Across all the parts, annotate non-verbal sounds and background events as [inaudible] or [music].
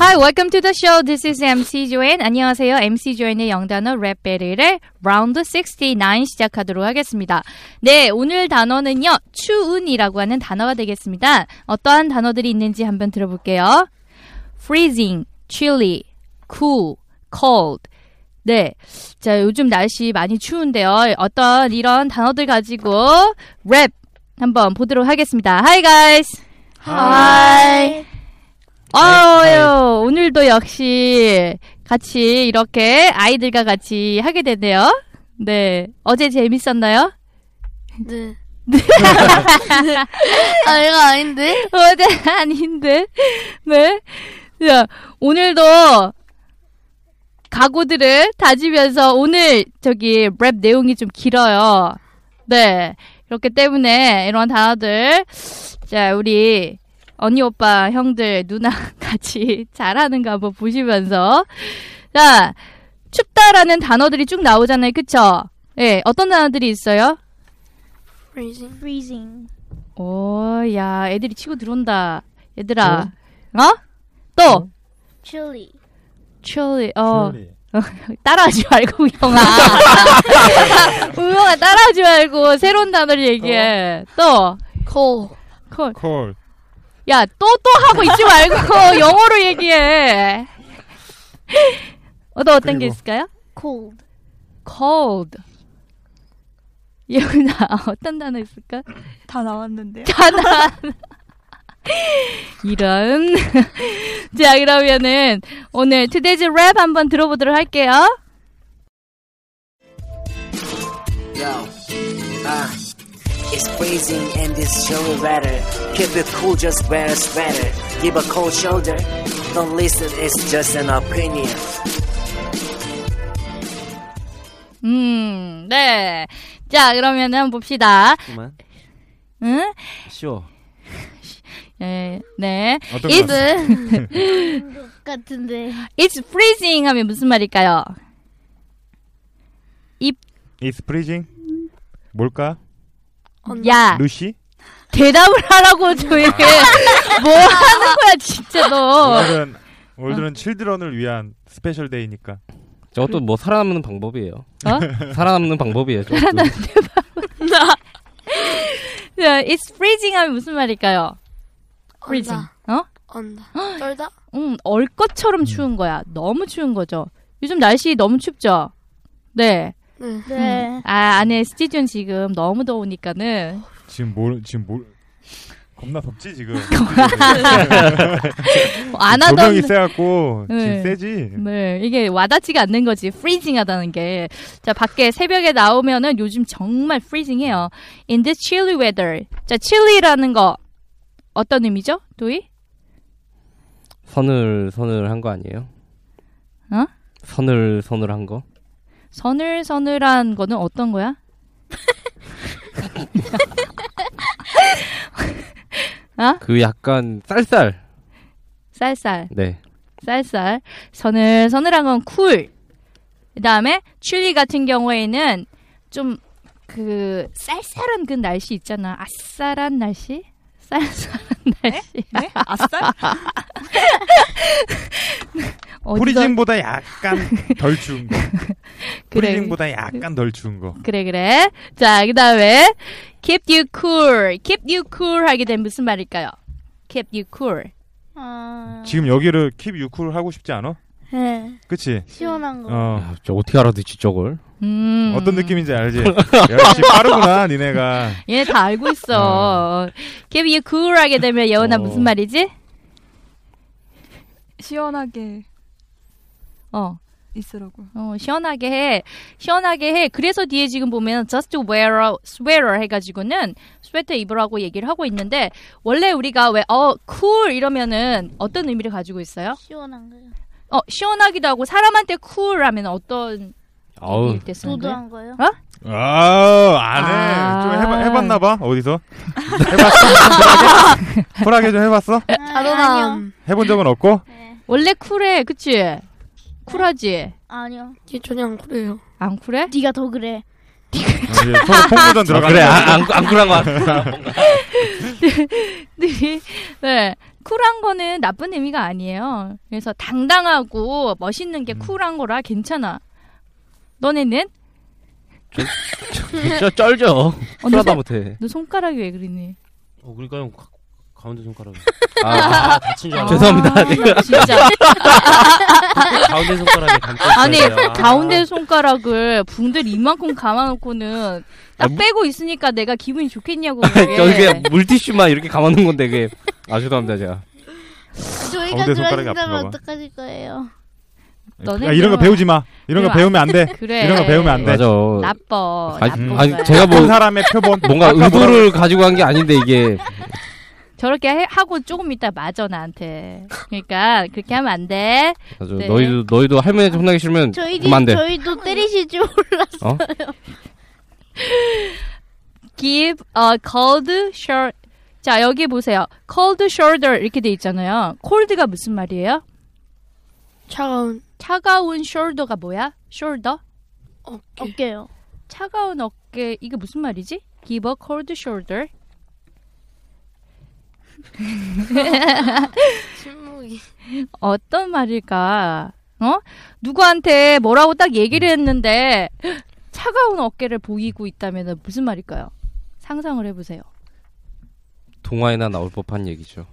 Hi, welcome to the show. This is MC 조엔. 안녕하세요. MC 조엔의 영단어 랩 배틀의 라운드 69 시작하도록 하겠습니다. 네, 오늘 단어는요. 추운이라고 하는 단어가 되겠습니다. 어떠한 단어들이 있는지 한번 들어볼게요. freezing, chilly, cool, cold. 네. 자, 요즘 날씨 많이 추운데요. 어떤 이런 단어들 가지고 랩 한번 보도록 하겠습니다. Hi guys. Hi. 아유, 오늘도 역시 같이 이렇게 아이들과 같이 하게 되네요. 네. 어제 재밌었나요? [laughs] 네. 아, 이거 아닌데? 어제 아닌데. 네. 자, 오늘도 각오들을 다지면서 오늘 저기 랩 내용이 좀 길어요. 네. 그렇기 때문에 이런 단어들 자, 우리 언니 오빠 형들 누나 [laughs] 같이 잘하는가 한번 보시면서 자, 춥다라는 단어들이 쭉 나오잖아요. 그쵸? 예, 어떤 단어들이 있어요? freezing. freezing, 오, 어, 야, 애들이 치고 들어온다. 얘들아, 어? 또 chilly, 추리, 어, [laughs] 따라하지 말고 우영아, [laughs] 우영아 따라하지 말고 새로운 단어를 얘기해. 또 cold. 콜, 콜. 야, 또 또 하고 있지 말고 영어로 얘기해. [laughs] 어, 또 어떤 게 그리고. 있을까요? cold, cold. 예훈아, [laughs] 어떤 단어 있을까? 다 나왔는데요. 가난. 이런. [laughs] 자, 그러면은 오늘 투데이즈 랩 한번 들어보도록 할게요. Yo, ah, it's freezing in this chilly weather. Keep it cool, just wear a sweater. Give a cold shoulder. Don't listen, it's just an opinion. 음, 네. 자, 그러면은 한번 봅시다. 그만 응? 쉬워 예, 네. 어떤 It's, 거? [laughs] 같은데 it's freezing 하면 무슨 말일까요? It's freezing. 뭘까? 야, 루시? 대답을 하라고 조용히. 해. 뭐 하는 거야, 진짜 너. 오늘은 어. 오늘은 칠드런을 위한 스페셜 데이니까. 저것도 뭐 살아남는 방법이에요. 어? [laughs] 살아남는 방법이에요. 저것도. [laughs] 자, It's freezing 하면 무슨 말일까요? freezing. 언다. 어? 언다. [gasps] 떨다? 음, 얼 것처럼 추운 거야. 너무 추운 거죠. 요즘 날씨 너무 춥죠? 네. 네. 네 아, 안에 스튜디오는 지금 너무 [laughs] 더우니까는. [laughs] 지금 뭘 지금 뭘 겁나 덥지 지금. 안 조명이 하던. 세갖고 네. 지금 세지. 네, 이게 와닿지가 않는 거지. freezing 하다는 게. 자, 밖에 새벽에 나오면은 요즘 정말 freezing 해요. In this chilly weather. 자, chilly라는 거. 어떤 의미죠? 도희? 선을 선을 한 거 아니에요? 어? 선을 선을 한 거? 서늘서늘한 거는 어떤 거야? 그 약간 쌀쌀. 쌀쌀. 네. 쌀쌀. 서늘, 서늘한 건 쿨. 그 다음에, 칠리 같은 경우에는 좀, 그, 쌀쌀한 그 날씨 있잖아. 아싸란 날씨? 쌀쌀한 날씨. 네? 아싸? [laughs] 어디서- 프리징보다 약간 덜 추운 거. [laughs] 그래. 프리징보다 약간 덜 추운 거. 그래, 그래. 자, 그 다음에, keep you cool, keep you cool 하게 된 무슨 말일까요? keep you cool. 아. 지금 여기를 킵 유쿨 하고 싶지 않아? 네. 그치? 시원한 거. 어. 아, 저 어떻게 알아듣지 저걸? 음. 어떤 느낌인지 알지? 역시 빠르구나 니네가. 얘네 다 알고 있어. keep you cool 하게 되면 예원아 어. 무슨 말이지? 시원하게 어. 있으라고. 어, 시원하게 해. 시원하게 해. 그래서 뒤에 지금 보면 just wear a sweater 해가지고는 스웨터 입으라고 얘기를 하고 있는데 원래 우리가 왜 어, cool 이러면은 어떤 의미를 가지고 있어요? 시원한 네. 거요. 어, 시원하기도 하고 사람한테 cool 하면 어떤 아우 얘기일 때 쓰는 거예요? 도도한 거요. 아, 안 해. 좀 해봐, 아. 해봤나 봐. 어디서? 해봤어? 쿨하게? 쿨하게 좀 해봤어? 아, 자도남. 해본 적은 없고? 네. 원래 쿨해. 그치? 쿨하지? 아니요. 이 전혀 안 그래요. 안 쿨해? [laughs] 네가 더 그래. 이제 서로 통보전 아, 들어가는 그래 거야. 안, 안, 안 쿨한 거 같아. 네. 쿨한 거는 나쁜 의미가 아니에요. 그래서 당당하고 멋있는 게 쿨한 거라 괜찮아. 너네는? 저 쩔죠. 어, 쿨하다 너 못해. 너 손가락이 왜 그러니? 어, 그러니까요. 가, 가운데 손가락. 아, 아, 다친 줄 알았어. 죄송합니다. 네. 진짜. 가운데 손가락에 감고 있어요. 아니 아. 가운데 손가락을 붕들 이만큼 감아놓고는 딱 빼고 있으니까 내가 기분이 좋겠냐고. 그게. 저 그냥 물티슈만 이렇게 감아놓은 건데 그게 아 죄송합니다 제가. 저희가 가운데 손가락이 들어진다면 아픈가 봐. 어떡하실 거예요? 너네 야, 이런 거 그럼- 배우지 마. 이런 거 그럼 배우면 안 돼. 그래. 이런 거 배우면 안 돼. 맞아. 네. 나빠. 아니, 나쁜 아니, 거야. 제가 뭐 큰그 사람의 표본. 뭔가 아까 뭐라고 의도를 가지고 한 게 아닌데 이게 저렇게 해- 하고 조금 이따 맞아 나한테. 그러니까 그렇게 하면 안 돼. 맞아. 네. 너희도 너희도 할머니한테 혼나기 싫으면 저희도 그만 돼. 저희도 때리실 줄 몰랐어. 어? Give a cold shoulder. 자 여기 보세요. Cold shoulder 이렇게 돼 있잖아요. Cold가 무슨 말이에요? 차가운 차가운 shoulder가 뭐야? Shoulder? [laughs] 어깨. 어깨요. 차가운 어깨 이게 무슨 말이지? Give a cold shoulder. 어, 침묵이. 어떤 말일까? 어? 누구한테 뭐라고 딱 얘기를 음. 했는데 차가운 어깨를 보이고 있다면 무슨 말일까요? 상상을 해보세요. 동화에나 나올 법한 얘기죠.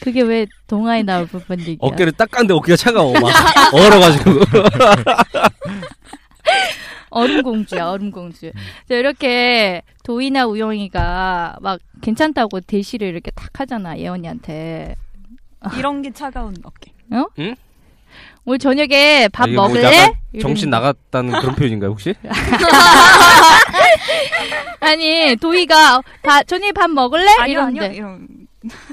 그게 왜 동화에 나올 법한 얘기야? 어깨를 딱 깠는데 어깨가 차가워 [laughs] 막 얼어가지고. 얼음공주야, 얼음공주. 자, 이렇게 도희나 우영이가 막 괜찮다고 대시를 이렇게 탁 하잖아, 예언이한테. 이런 게 차가운 어깨. 오늘 저녁에 밥 이게 뭐 먹을래? 약간 [laughs] 이러는 정신 거. 나갔다는 그런 표현인가요 혹시? 아니, 도희가 다, 저녁에 밥 먹을래? 아니요, 이러는데. 아니요, 이런.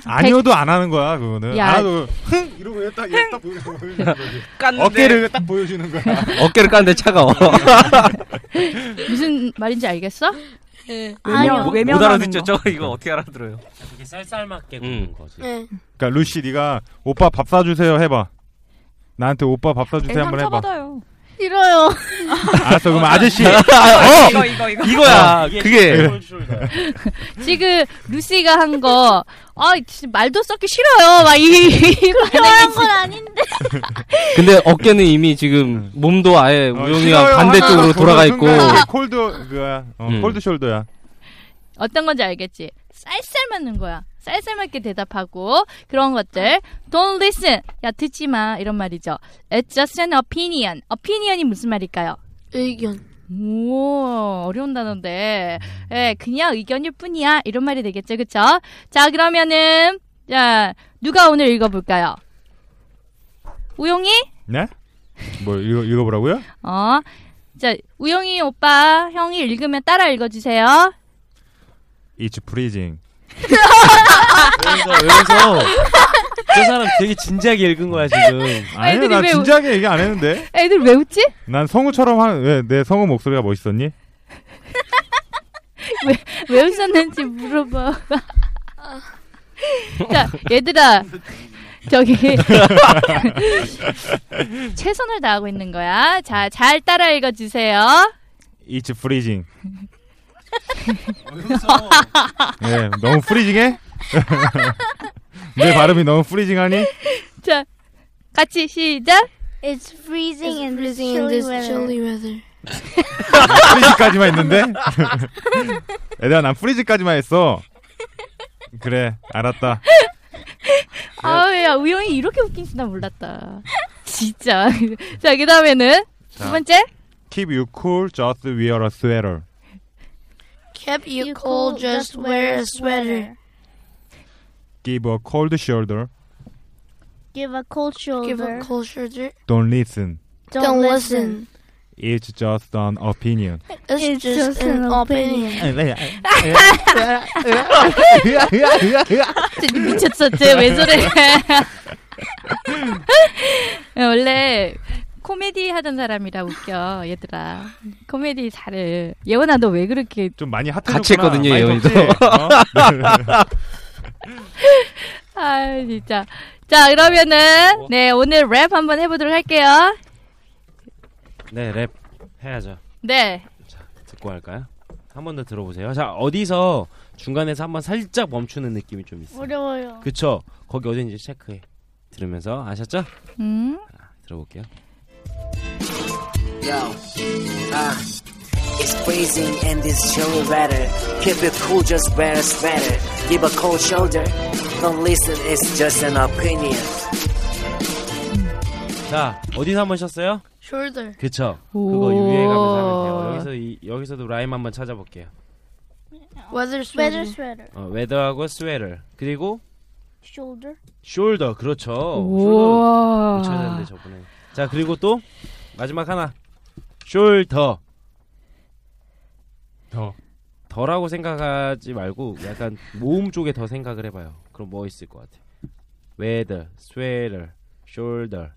아니어도 안 하는 거야 그거는. 야. 안 하도 흥 이러고 딱, 이렇게 딱 보여주는 거지. 깠는데 어깨를 딱 보여주는 거야. 그러니까 어깨를 깠는데 [laughs] 차가워. 무슨 말인지 알겠어? 네. 아니요. 못 외면하는 알아듣죠. 거. 뭐 저 이거 어떻게 알아들어요? 그게 쌀쌀맞게 음. 구는 거지. 네. 그러니까 루시 네가 오빠 밥 사주세요 해봐. 나한테 오빠 밥 사주세요 네, 한번 해봐. 상처받아요. 싫어요. 알았어 그럼 아저씨. 이거, 이거, 이거. 어! 이거야. 그게 네. 지금 루시가 한 거 아, 진짜 말도 썼기 싫어요. 막 이, [laughs] 이 그런 건 아닌데. 근데 어깨는 이미 지금 몸도 아예 우영이와 싫어요 반대쪽으로 하면서 돌아가 보는 있고 순간 그게 콜드 그야 어, 음. 콜드 숄더야. 어떤 건지 알겠지? 쌀쌀 맞는 거야. 쌀쌀 맞게 대답하고 그런 것들 don't listen 야 듣지 마 이런 말이죠. It's just an opinion. opinion이 무슨 말일까요? 의견. 오 어려운 단어인데 예 그냥 의견일 뿐이야 이런 말이 되겠죠 그쵸? 자 그러면은 자 누가 오늘 읽어볼까요? 우용이 네? 뭐 읽어 읽어보라고요? 어. 자, 우영이 오빠, 형이 읽으면 따라 읽어주세요. It's freezing. 그래서 그래서 그 저 사람 되게 진지하게 읽은 거야 지금. 아니 애들이 나 왜 웃- 진지하게 얘기 안 했는데. 애들 왜 웃지? 난 성우처럼 한왜내 성우 목소리가 멋있었니? 왜 웃었는지 물어봐. 자, 얘들아. 저기. [laughs] 최선을 다하고 있는 거야. 자, 잘 따라 읽어주세요. It's freezing. 아, 예, 너무 프리징해? [laughs] 내 발음이 너무 프리징하니? 자, 같이 시작. It's freezing in this chilly weather. 프리즈까지만 했는데? [laughs] 얘들아, 난 프리즈까지만 했어. 그래, 알았다. 아야 우영이 이렇게 웃긴 줄나 몰랐다. 진짜. [laughs] 자 그다음에는 두 번째. Keep you cool, just wear a sweater. Kept you cold, just wear a sweater. Give a cold shoulder, Give a cold shoulder. Give a cold shoulder. don't listen. Don't, Don't listen. listen. It's just an opinion. It's, just, an opinion. 진짜 미쳤어, 쟤왜 저래? [laughs] 원래 코미디 하던 사람이라 웃겨, 얘들아. 코미디 잘해. 예원아, 너 왜 그렇게 좀 많이 핫해졌구나. 같이 했거든요, 많이 예원이도. 덥지? 어? [laughs] 아 진짜. 자 어? 그러면은 네 오늘 랩 한번 해보도록 할게요. 네, 랩 해야죠. 네. 듣고 할까요? 한 번 더 들어보세요. 자, 어디서 중간에서 한번 살짝 멈추는 느낌이 좀 있어요. 어려워요. 그쵸? 거기 어딘지 체크해. 들으면서 아셨죠? 음. 들어볼게요. Yo, ah, it's freezing and this chill weather. Keep it cool, just wear a sweater. Give a cold shoulder. Don't listen, it's just an opinion. 자, 어디서 한번 쉬었어요? Shoulder. 그쵸? 오. 그거 유의해가면서 하면 돼요. 여기서 이, 여기서도 라임 한번 찾아볼게요. Weather Weather sweater. sweater. 어, 웨더하고 스웨터 그리고 Shoulder. 숄더 그렇죠. 숄더 우와. 못 찾았는데 저번에. 자 그리고 또 마지막 하나 숄더 더. 더라고 생각하지 말고 약간 모음 쪽에 더 생각을 해봐요. 그럼 뭐 있을 것 같아? 웨더, 스웨터, 숄더,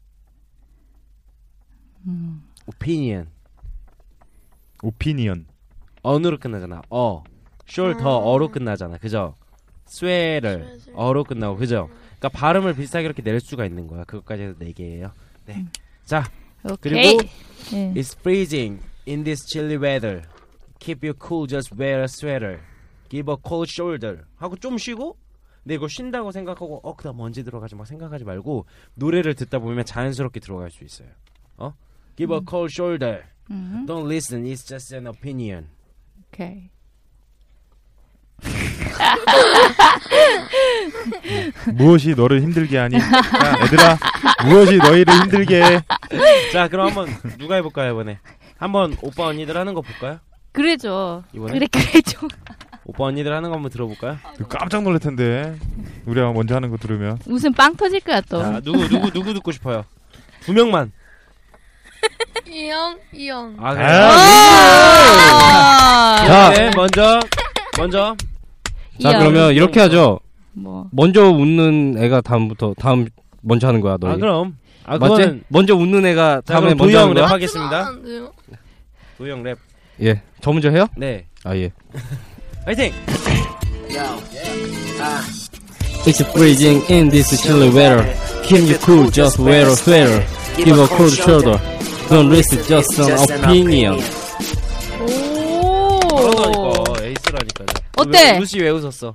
음. 오피니언 Opinion. 언으로 끝나잖아. 어, 숄더 아. 어로 끝나잖아. 그죠? 스웨터 어로 끝나고 그죠? 그러니까 발음을 비슷하게 이렇게 낼 수가 있는 거야. 그것까지 해서 네 개예요. 네. 자 오케이. 그리고 네. It's freezing in this chilly weather. Keep you cool, just wear a sweater. Give a cold shoulder. 하고 좀 쉬고. 근데 이거 쉰다고 생각하고 어 그다 먼지 들어가지 막 생각하지 말고 노래를 듣다 보면 자연스럽게 들어갈 수 있어요. 어? Give a cold shoulder. 음. Don't listen. It's just an opinion. 오케이. 무엇이 너를 힘들게 하니? 야, 얘들아, 무엇이 너희를 힘들게 해? 자, 그럼 한번 누가 해 볼까요, 이번에? 한번 오빠 언니들 하는 거 볼까요? 그래죠. 이번에? 그래 그래죠. [laughs] 오빠 언니들 하는 거 한번 들어볼까요? 깜짝 놀랄 텐데. 우리가 먼저 하는 거 들으면. 웃음 빵 터질 거야 또. 아, 자, 누구 누구 누구 듣고 싶어요? 두 명만. 이영, 이영. 아, 에이. 그래요? 자. 네, 먼저 먼저 아, 자 이야, 그러면 이렇게 하죠. 뭐. 먼저 웃는 애가 다음부터 다음 먼저 하는 거야 너희. 아 그럼 아 맞지? 그거는 먼저 웃는 애가 자 다음에 그럼 먼저 도형 하는 랩 거야? 네, 아, 하겠습니다 도형 예. 저 먼저 해요? 랩네 아 예. [laughs] 화이팅 Yo, 아. ah, It's freezing in this chilly weather. Keep you cool, just wear a sweater. Give a cold shoulder. Don't listen, just an opinion. 오. 그러다니까 에이스라니까 어때? 왜, 루시 왜 웃었어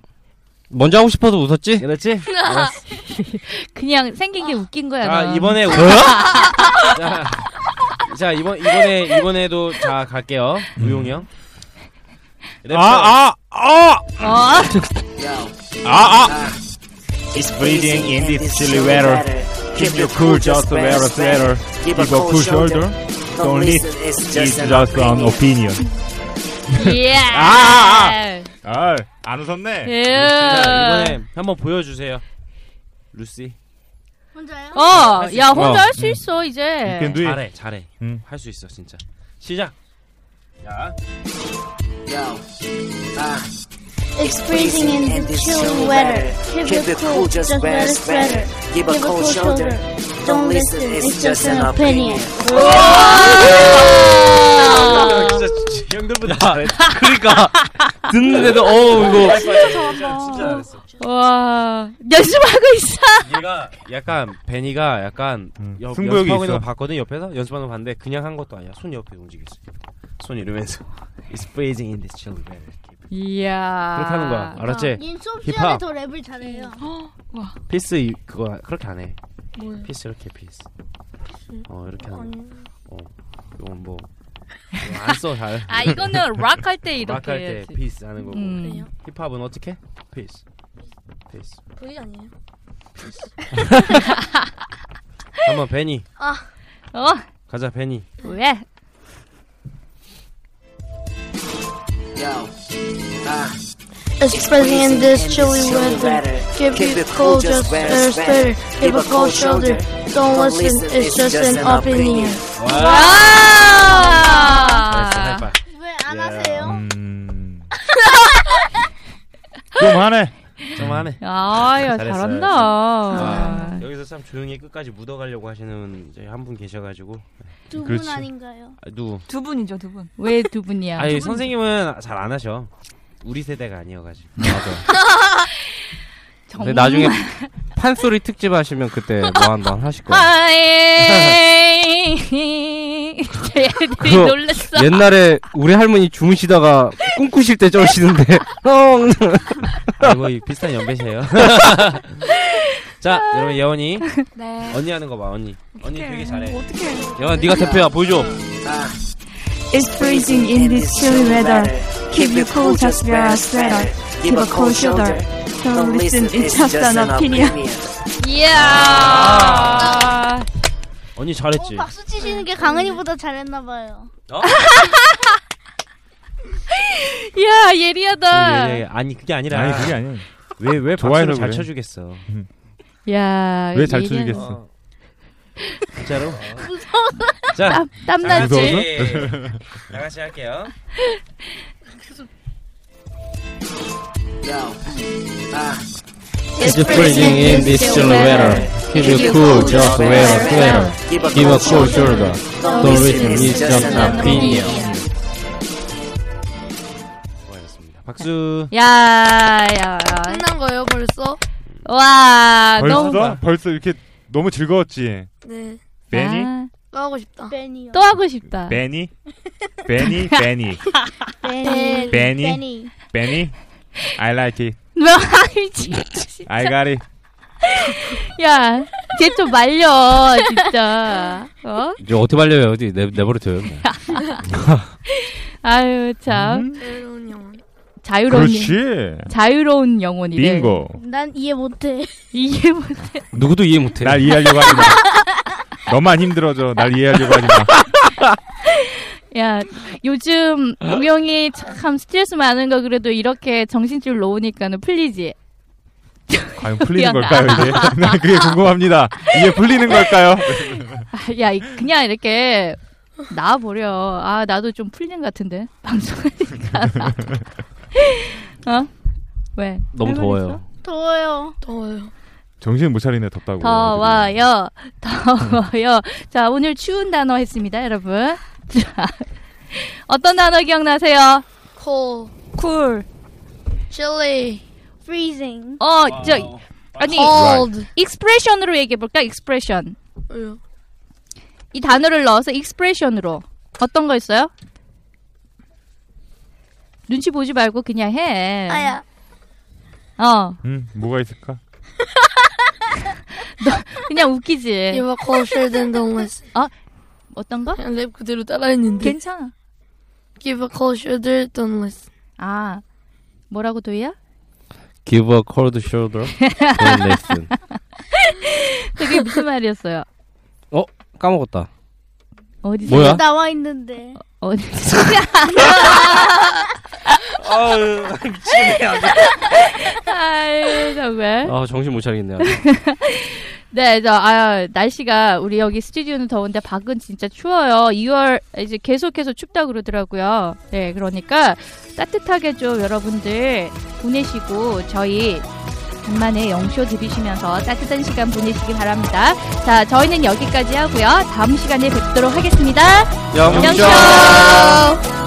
먼저 하고 싶어서 웃었지? 그렇지 알았어. 그냥 생긴 게 웃긴 거야. 자 넌. 아. 이번에 웃- 자, [laughs] 자 이번 이번에 이번에도 자 갈게요 음. 우용이 형 랩. 아, 아, 아! [laughs] 어. 아, 아! It's breathing in this chilly weather. Keep your cool, just wear a sweater. Give a cool shoulder. Don't listen, it's It's just an an opinion. 예. 아, 아, 안 웃었네. 예. 자 이번에 한번 보여주세요 루시 혼자요? 어, 야 혼자 어. 할 수 있어 이제. You can do it. 잘해 잘해 음. 할 수 있어 진짜 시작 야 Yo, ah, It's freezing in the chilly weather. Keep it cool, just wear a sweater. Give a cold shoulder. Don't listen, it's just an opinion. 아. 진짜 형들보다 잘해 그러니까 듣는데도 어우 이거 진짜 잘했어 와 연습하고 있어. 얘가 약간 베니가 약간 음, 여, 승부욕이 연습하고 있는 거 있어. 봤거든 옆에서 연습하는 거 봤는데 그냥 한 것도 아니야 손 옆에 움직였어 손 이러면서 [laughs] It's freezing in this chilly weather 이야. 그렇다는 아. 거야 아, 알았지? 얜 수업 힙합. 시간에 더 랩을 잘해요. 피스 이- 그거 그렇게 안해 피스 이렇게 피스 어 이렇게 하는 거 어, 이건 뭐 안 써 잘. 아 이거는 락 할 때 이렇게 락할 때 해야지. peace 하는 거고. 음. 그래요? 힙합은 어떻게? peace. [laughs] peace. V 아니에요? 한번 베니 아, 어 가자 베니. 왜? Yo, ah. It's freezing in this chilly weather. Give Keep you cold, just wear a sweater. Give a cold shoulder. Don't listen, it's just an opinion. 아! 아! 와. 하이파이. 왜안 하세요? um, 좀 하네. 좀 하네. 아야 잘했어요, 잘한다. 아, 여기서 참 조용히 끝까지 묻어가려고 하시는 한 분 계셔가지고 두 분 그렇지. 아닌가요? 어, 아, 누구? 두 분이죠, 두 분. 왜 두 분이야? 아니 선생님은 잘 안 하셔. 우리 세대가 [laughs] 아니어가지고. 근데 나중에 판소리 특집 하시면 그때 뭐 한다 하실 아, 거야. 하이. 애들이 그거 네. 놀랬어. 옛날에 우리 할머니 주무시다가 꿈꾸실 때 저러시는데 [laughs] 형 아니 뭐 이- 비슷한 연배세요. [laughs] 자 여러분 예원이 네. 언니 하는 거 봐 언니. 언니 되게 잘해. 어떻게 예원 네가 대표야 보여줘. 음. It's freezing in this chilly weather. Keep you cool, just wear a sweater. Keep a cold shoulder. Don't listen, it's just an opinion. 아. 이야. 언니 잘했지. 어? 박수 치시는 게 강은이보다 잘했나 봐요. 야 예리하다. 예, 예. 아니 그게 아니라. 아니, 그게 아니야. 왜왜 좋아해서 박수를 잘 그래. 쳐주겠어. 야. 예. 왜 잘 예리하다. 쳐주겠어? 진짜로. 어. 무서워. 자, 아, 땀- 땀나지. 예, 무서워서? 네. 다 같이 할게요. Yo, ah. It's freezing in this 네, chilly weather. Keep you cool, just wear a sweater. Give a cold shoulder. Don't listen, it's just an opinion. 박수. 야, 야. 끝난 거예요 벌써? 와, 아, 벌써 아, 너무 벌써 이렇게 너무 즐거웠지. 네. 베니 아, 또 하고 싶다. 베니요. 또 하고 싶다. 베니 베니 베니 베니. 베니 베니 I like it. 너 알지? I got it. 야, 걔 좀 말려, 진짜. 어? 이제 어떻게 말려요? 어디 내 [laughs] 내버려둬요. 아유, 참. 자유로운 영혼. 자유로운 음? 그렇지. 자유로운 영혼이래. 빙고. 난 이해 못해. [laughs] 이해 못. 누구도 이해 못해. 날 이해하려고 하지 마. 너만 힘들어져. 날 이해하려고 하지 마. 야, 요즘 우영이 참 스트레스 많은 거 그래도 이렇게 정신줄 놓으니까는 풀리지. 과연 풀리는 걸까요 이제? [laughs] 난 그게 궁금합니다. 이게 풀리는 걸까요? 아, 야, 이- 그냥 이렇게 나와 버려. 아, 나도 좀 풀린 것 같은데 방송하니까. [laughs] 어? 왜? 너무 할말 더워요. 있어? 더워요. 더워요. 정신 못 차리네 덥다고. 더워요. 더워요. 자, 오늘 추운 단어 했습니다, 여러분. 자, 어떤 단어 기억나세요? Cold. 쿨. Chilly. Freezing. 어, 저 아니 Cold. 익스프레션으로 얘기해 볼까? 익스프레션. 왜요? 이 단어를 넣어서 익스프레션으로 어떤 거 있어요? 눈치 보지 말고 그냥 해. 아야. 어, 음 뭐가 있을까? 그냥 [laughs] 웃기지. You are colder than the west. 어? 어떤 거? 그냥 랩 그대로 따라했는데. 네. 괜찮아. Give a cold shoulder, don't listen. 아, 뭐라고 도희야? Give a cold [laughs] shoulder. Don't listen. 그게 무슨 말이었어요? 어 까먹었다. 어디서? 뭐야? 나와 있는데. 어디? [laughs] 아유 미치겠네. 아주. 아이, 정말. 아 정신 못 차리겠네. 아주. 네, 저, 아, 날씨가 우리 여기 스튜디오는 더운데 밖은 진짜 추워요. 2월 이제 계속해서 춥다 그러더라고요. 네, 그러니까 따뜻하게 좀 여러분들 보내시고 저희 간만에 영쇼 들으시면서 따뜻한 시간 보내시기 바랍니다. 자, 저희는 여기까지 하고요. 다음 시간에 뵙도록 하겠습니다. 영쇼! 영쇼!